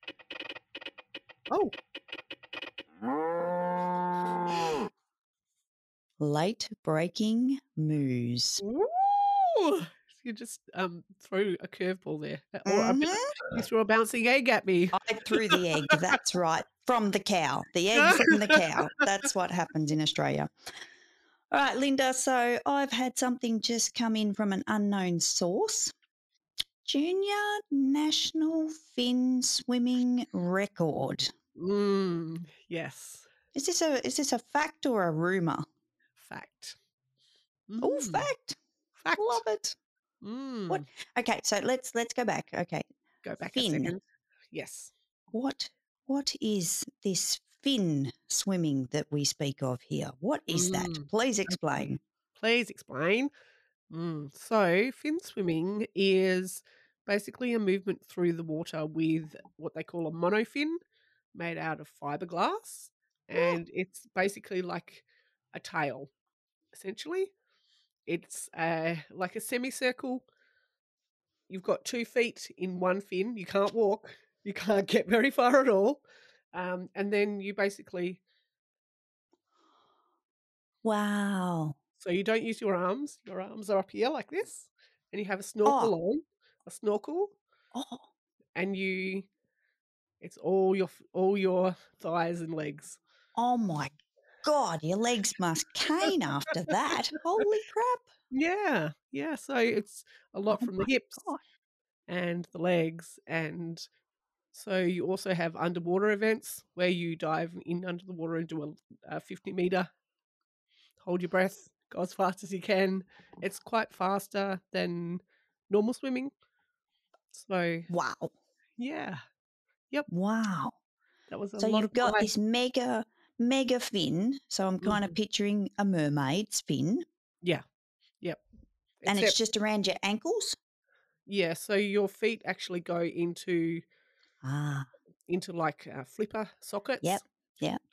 Oh, Late breaking moose. Ooh. You just um, threw a curveball there. Uh, oh, Or a bit- Mhm. you threw a bouncing egg at me. I threw the egg. That's right. From the cow. The egg from the cow. That's what happens in Australia. All right, Linda. So I've had something just come in from an unknown source. Junior national fin swimming record. Mm, yes. Is this a is this a fact or a rumor? Fact. Oh, Mm, fact. Fact. Love it. Mm, What- Okay, so let's let's go back. Okay, Go back fin? a second. Yes. what what is this fin swimming that we speak of here? What is that? Mm, Please explain. Please explain. Mm, So, fin swimming is basically a movement through the water with what they call a monofin made out of fiberglass. And it's basically like a tail, essentially. It's uh, like a semicircle. You've got two feet in one fin. You can't walk. You can't get very far at all. Um, and then you basically Wow. So you don't use your arms. Your arms are up here like this, and you have a snorkel on, a snorkel, Oh, and you. It's all your f- all your thighs and legs. oh my god, your legs must cane after that. Holy crap. Yeah, yeah. So it's a lot Oh from the my hips God. and the legs, and so you also have underwater events where you dive in under the water and do a, a fifty meter. Hold your breath. Go as fast as you can. It's quite faster than normal swimming. So Wow. yeah. Wow. That was a So lot you've of got ice. this mega mega fin. So I'm kind of picturing a mermaid's fin. And it's Except- just around your ankles. yeah, so your feet actually go into Ah. into like uh, flipper sockets. yeah.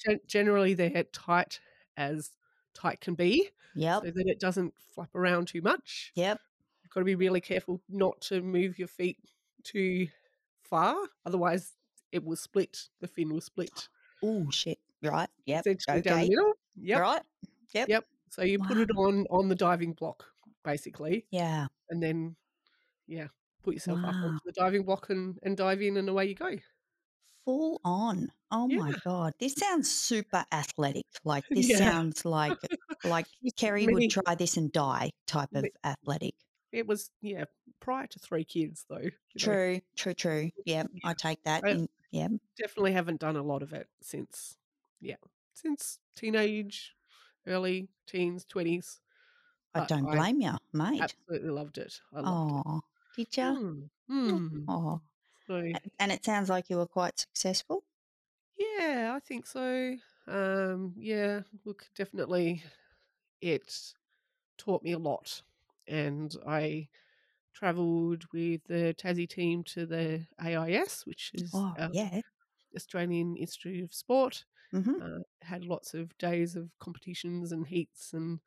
Gen- generally, they're tight as tight can be, Yep. so that it doesn't flap around too much. Yep. You've got to be really careful not to move your feet too far, otherwise it will split. The fin will split Oh shit. Right. Yep. essentially down the Okay. middle. Yep. Right. So you put it on on the diving block basically, Yeah. and then yeah, put yourself up Wow. onto the diving block and and dive in, and away you go. Full on. Oh my Yeah. god. This sounds super athletic. Like this Yeah. sounds like like It's Kerry many- would try this and die type of Me- athletic. It was yeah prior to three kids though. you know. True, true, true. Yeah, I take that. I- in- yeah. Definitely haven't done a lot of it since yeah since teenage, early teens, twenties. I but don't I blame you, mate. Absolutely loved it. I loved Oh, did it. you? Mm, mm. Oh, So and it sounds like you were quite successful. yeah, I think so. Um, yeah, look, definitely, it taught me a lot, and I travelled with the Tassie team to the AIS, which is Oh, uh, yeah. Australian Institute of Sport. hmm uh, had lots of days of competitions and heats and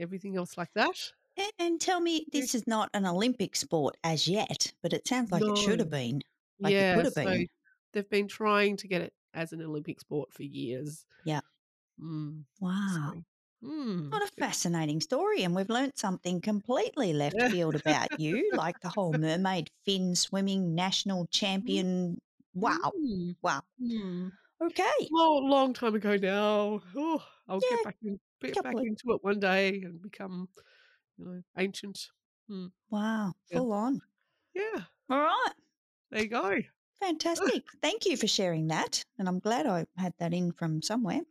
everything else like that. And, and tell me, this is not an Olympic sport as yet, but it sounds like it should have been. Like it yeah, could have so been. they've been trying to get it as an Olympic sport for years. Yeah. Mm, Wow. so, mm, What a it- fascinating story. And we've learnt something completely left field about you, like the whole mermaid fin swimming national champion. Wow. mm, Wow. mm. Okay. Long, Oh, long time ago now. Oh, I'll Yeah, get back in, get couple back of- into it one day and become, you know, ancient. Mm, Wow. Yeah. Full on. yeah, All right. there you go. Fantastic. Thank you for sharing that. And I'm glad I had that in from somewhere.